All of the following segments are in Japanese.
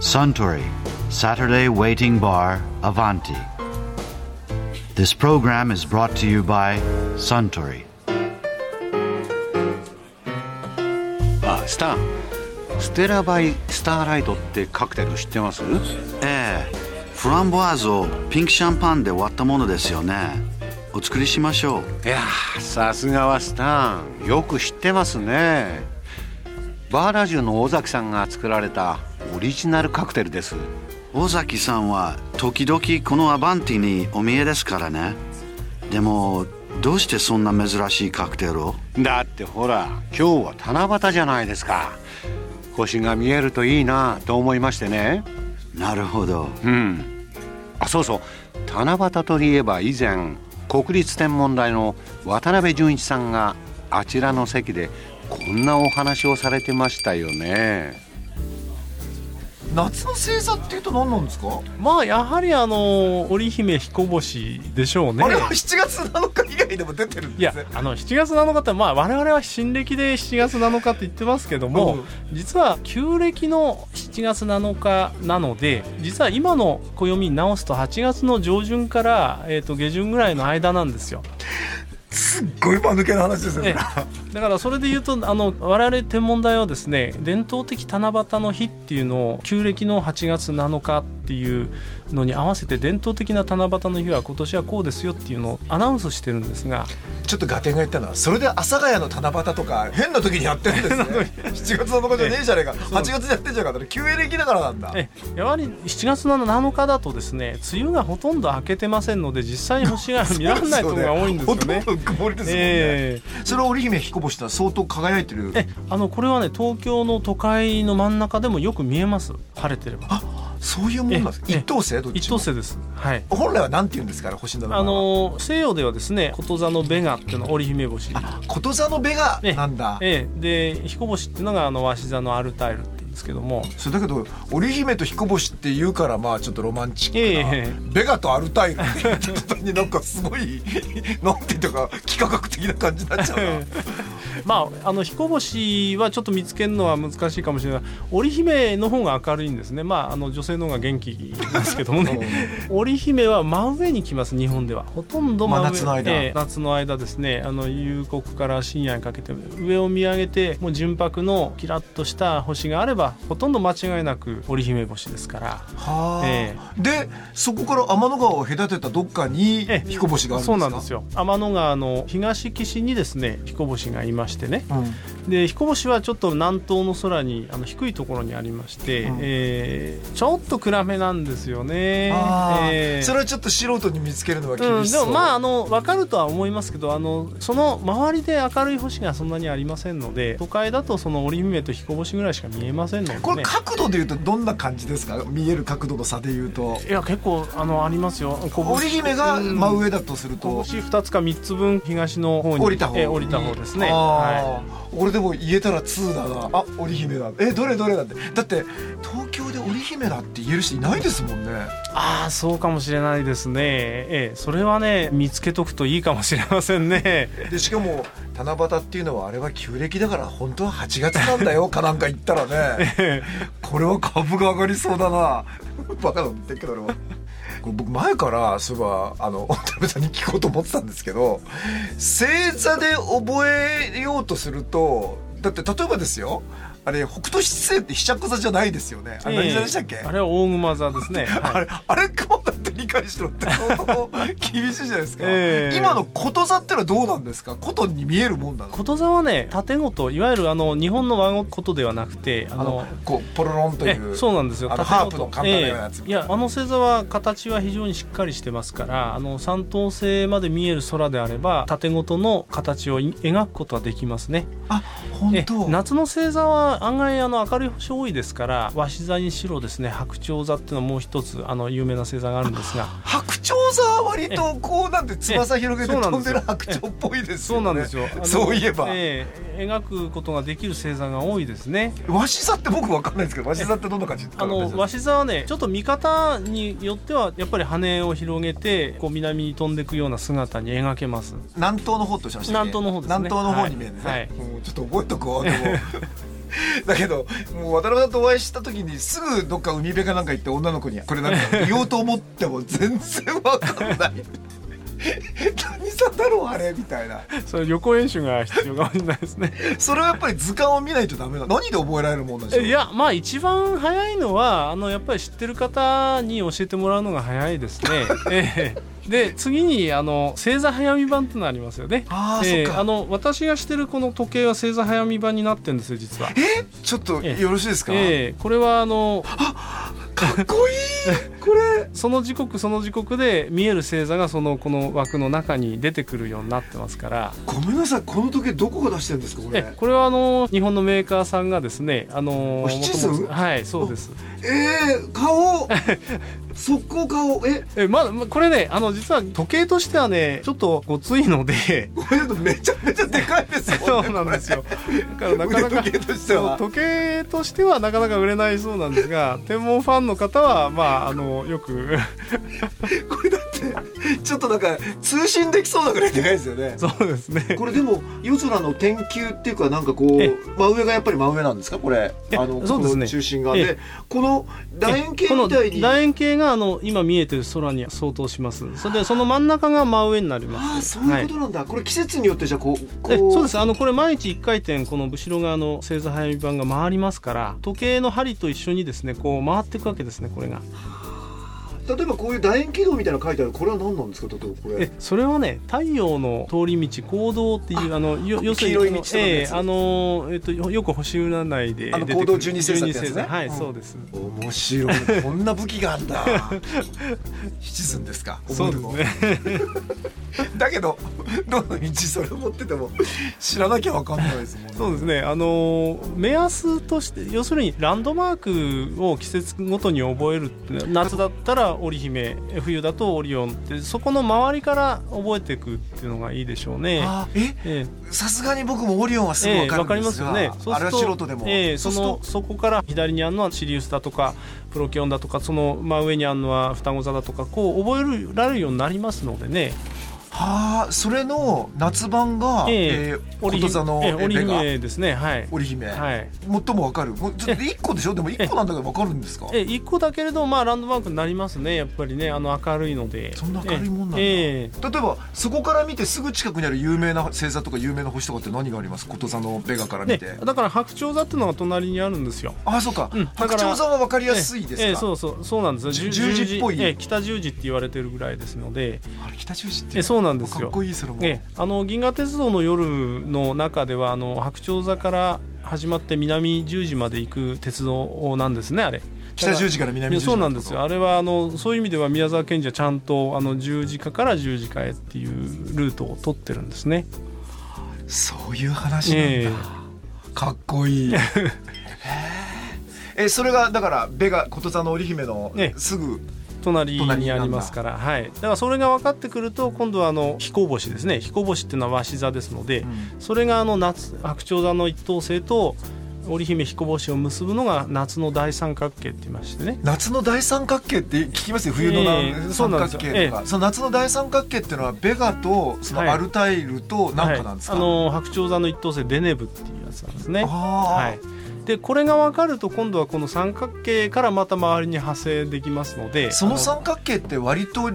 Suntory Saturday Waiting Bar Avanti. This program is brought to you by Suntory. あスターステラバイスターライトってカクテル知ってますええフランボワーズをピンクシャンパンで割ったものですよねお作りしましょういやーさすがはスタンよく知ってますねバーラジュの尾崎さんが作られたオリジナルカクテルです尾崎さんは時々このアバンティにお見えですからねでもどうしてそんな珍しいカクテルをだってほら今日は七夕じゃないですか星が見えるといいなと思いましてねなるほどうんあそうそう七夕といえば以前国立天文台の渡辺淳一さんがあちらの席でこんなお話をされてましたよね夏の星座っていうと何なんですか、まあやはりあの織姫彦星でしょうねあれは7月7日以外でも出てるんいでやすねあの7月7日ってまあ我々は新暦で7月7日って言ってますけどうも、ん実は旧暦の7月7日なので実は今の暦に直すと8月の上旬から、えー、と下旬ぐらいの間なんですよ。すっごい間抜けな話ですよえねえだからそれで言うとあの我々天文台はですね伝統的七夕の日っていうのを旧暦の8月7日っていうのに合わせて伝統的な七夕の日は今年はこうですよっていうのをアナウンスしてるんですが ちょっとガテンが言ったのはそれで阿佐ヶ谷の七夕とか変な時にやってるんですね7月7日じゃねえじゃねえか8月にやってんじゃなかった旧暦だからなんだええやはり7月の7日だとですね梅雨がほとんど明けてませんので実際に星が見られないところが多いんですよ ね。ほとんど曇りですもんね、えそれは織姫彦星ってのは相当輝いてるええあのこれはね東京の都会の真ん中でもよく見えます晴れてればそういうもんなんですかええ一等星どっ一ち等も星ですはい本来はなんて言うんですかね星の名前はあの西洋ではですねこと座のベガっていうのは織姫星ことざのべがなんだ、ええで彦星っていうのがあの鷲座のアルタイルって言うんですけどもそれだけど織姫と彦星って言うからまあちょっとロマンチックな、えええベガとアルタイルって言った途端になんかすごいなんていうのか幾何学的な感じになっ ちゃうなまああの彦星はちょっと見つけるのは難しいかもしれない織姫の方が明るいんですねまああの女性の方が元気ですけども ね織姫は真上に来ます日本ではほとんど真上、まあ夏の間ええ夏の間ですねあの夕刻から深夜にかけて上を見上げてもう純白のキラッとした星があればほとんど間違いなく織姫星ですからはあ、えでそこから天の川を隔てたどっかにええ彦星があるんですかそうなんですよ天の川の東岸にですね彦星がいましてねうんで彦星はちょっと南東の空にあの低いところにありまして、うんえーちょっと暗めなんですよね。ああえーそれはちょっと素人に見つけるのはう厳ん、しでそう、もまああの分かるとは思いますけどあのその周りで明るい星がそんなにありませんので都会だとその織姫と彦星ぐらいしか見えませんので、ね、これ角度でいうとどんな感じですか見える角度の差でいうといや結構あのありますよ小織姫が真上だとすると、星2つか3つ分東の方に降りた方えー降りた方ですね。あーはい俺でも言えたら2だなあ織姫だえどれどれだってだって東京で織姫だって言える人いないですもんねああそうかもしれないですねええそれはね見つけとくといいかもしれませんねでしかも七夕っていうのはあれは旧暦だから本当は8月なんだよかなんか言ったらねこれは株が上がりそうだなバカだって言ってっけど俺は。これ僕前からそういえばあの渡辺さんに聞こうと思ってたんですけど星座で覚えようとするとだって例えばですよあれ北斗七星って飛車座じゃないですよねあれ何座でしたっけ、ええあれは大熊座ですね、はいあれ、あれ熊だって理解しろって 相当厳しいじゃないですか。ええ今のことざってのはどうなんですか。ことに見えるもんなの。こと座はね縦ごといわゆるあの日本の和ごことではなくてああののこうポロロンといえう。そうなんですよあの縦ハーごとプの簡単なようなやつええいやあの星座は形は非常にしっかりしてますからあの三等星まで見える空であれば縦ごとの形をい描くことはできますねあ、本え当。夏の星座は案外あの明るい星多いですから和紙座にしろですね白鳥座っていうのはもう一つあの有名な星座があるんですが白鳥座は割とこうなんて翼広げてええそう飛なんんででするよ白鳥っぽいですそよね。うなんですよ。あのそういえば、ええ描くことができる星座が多いですね。わし座って僕わかんないですけど、わし座ってどんな感じですか。あのわ和紙座はねちょっと見方によってはやっぱり羽を広げてこう南に飛んでいくような姿に描けます南東の方とおっしゃいましたっけ南東の方ですね南東の方に見えるね。はいはい もうちょっと覚えとこう。でもだけどもう渡辺さんとお会いした時にすぐどっか海辺かなんか行って女の子に「これなんか言おうと思っても全然わかんない」 「何さだろうあれ」みたいな それ予行演習が必要かもしれないですねそれはやっぱり図鑑を見ないとダメだ何で覚えられるもんなんでしょういやまあ一番早いのはあのやっぱり知ってる方に教えてもらうのが早いですね ええで次にあの星座早見版ってのありますよねあーええそっかあの私がしてるこの時計は星座早見版になってるんですよ実はえちょっとええよろしいですか、ええこれはあのかっこいいこれその時刻その時刻で見える星座がそのこの枠の中に出てくるようになってますからごめんなさいこの時計どこが出してるんですかこれえこれはあの日本のメーカーさんがですねあのあ七寸元々はいそうですえー、顔 速攻顔ええまだまこれねあの実は時計としてはねちょっとごついの でこれだとめちゃめちゃでかいですそ よ、ね、うなんですよだからなかな腕か時計としてはそう時計としてはなかなか売れないそうなんですが天文ファンの方はまああのよく これだってちょっとなんか通信できそうなぐらいでかいですよねそうですねこれでも夜空の天球っていうかなんかこええう真上がやっぱり真上なんですかこれえあのそうですねこの中心がええでこの楕円形このみたいに楕円形があの今見えてる空に相当しますそれでその真ん中が真上になりますああそういうことなんだ、これ季節によってじゃあこうこえうそうですあのこれ毎日1回転この後ろ側の星座早見版が回りますから時計の針と一緒にですねこう回っていくわけですねこれが例えばこういう楕円軌道みたいなの書いてあるこれは何なんですか例えばこれえそれはね太陽の通り道行動っていうあのよ要するに黄色い道とかのえやえつあのえっとよよく星占いであの出てくる行動十二星座ってやつね十二はい、うんそうです面白いこんな武器があんだ 七寸ですかそうですね だけどどの道それ持ってても知らなきゃわかんないですもんねそうですねあの目安として要するにランドマークを季節ごとに覚えるって夏だったら織姫冬だとオリオンってそこの周りから覚えていくっていうのがいいでしょうねあえええさすがに僕もオリオンはすぐわええわかるんですが、かりますよねあれは素人でも、ええそそうするのとそこから左にあるのはシリウスだとかプロキオンだとかその真上にあるのは双子座だとかこう覚えられるようになりますのでねはあそれの夏版が、えええー、こと座のえええ織ベガ姫ですねはい、織姫、はい最もわかるもうちょっと一個でしょでも一個なんだけどわかるんですかええ一個だけれどまあランドマークになりますねやっぱりねあの明るいのでそんな明るいもんなんだえええ例えばそこから見てすぐ近くにある有名な星座とか有名な星とかって何がありますこと座のベガからえ見て、ね、だから白鳥座っていうのが隣にあるんですよああそうか,、うんだから白鳥座はわかりやすいですか、ええええそうそうそうなんですよじ十字っぽいええ北十字って言われてるぐらいですのであれ北中心ってえそうなんですよかっこいいそれも、ええあの銀河鉄道の夜の中ではあの白鳥座から始まって南十字まで行く鉄道なんですねあれ北十字から南十いや字そうまなでんですよあれはあのそういう意味では宮沢賢治はちゃんとあの十字架から十字架へっていうルートを取ってるんですねそういう話なんだ、えかっこいいへーえそれがだからベガこと座の織姫のええすぐ、隣にありますからはいだからそれが分かってくると今度はあの彦星ですね彦星っていうのは鷲座ですので、それがあの夏白鳥座の一等星と織姫彦星を結ぶのが夏の大三角形って言いましてね夏の大三角形って聞きますよ冬のな、ええそう三なん角で形すとよかそ,、のえ夏の大三角形っていうのはベガとそのはいアルタイルとなんかなんですか、はいあの白鳥座の一等星デネブっていうやつなんですね。あはい、でこれが分かると今度はこの三角形からまた周りに派生できますのでーそのあ三角形って割と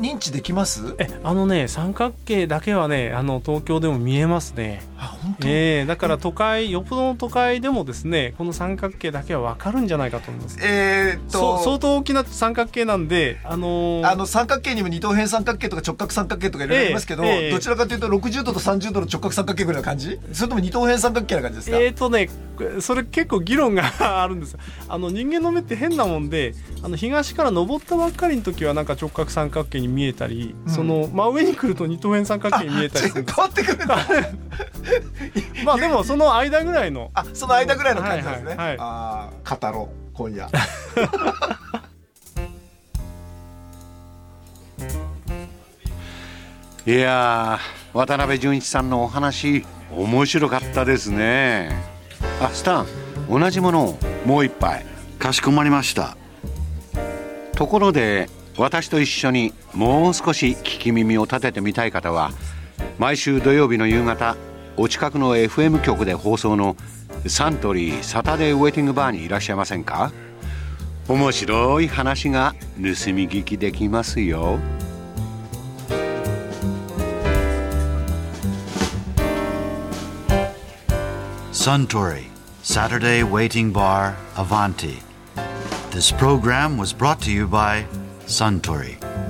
認知できますえあのね三角形だけはねあの東京でも見えますね、あ本当、えええだから都会よっぽどの都会でもですねこの三角形だけは分かるんじゃないかと思いますーっそう相と当大きな三角形なんであのーあの三角形にも二等辺三角形とか直角三角形とかいろいろありますけど、ええええどちらかというと60度と30度の直角三角形ぐらいの感じそれとも二等辺三角形な感じですか、えーとねこれそれ結構議論があるんですよあの人間の目って変なもんであの東から登ったばっかりの時はなんか直角三角形に見えたり、うんその真上に来ると二等辺三角形に見えたりするんです変わってくるんだ まあでもその間ぐらいのあその間ぐらいの感じなんですね、はいはいはいああ語ろう今夜いやー渡辺淳一さんのお話面白かったですねあスタン同じものをもう一杯かしこまりましたところで私と一緒にもう少し聞き耳を立ててみたい方は毎週土曜日の夕方お近くの FM 局で放送のサントリーサタデーウェイティングバーにいらっしゃいませんか面白い話が盗み聞きできますよ Suntory, Saturday Waiting Bar, Avanti. This program was brought to you by Suntory.